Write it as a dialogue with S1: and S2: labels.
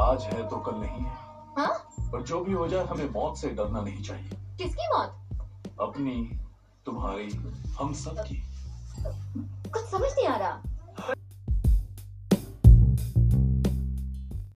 S1: आज है तो कल नहीं है
S2: हाँ
S1: पर जो भी हो जाए हमें मौत से डरना नहीं चाहिए
S2: किसकी मौत
S1: अपनी तुम्हारी हम सब की
S2: कुछ समझ नहीं आ रहा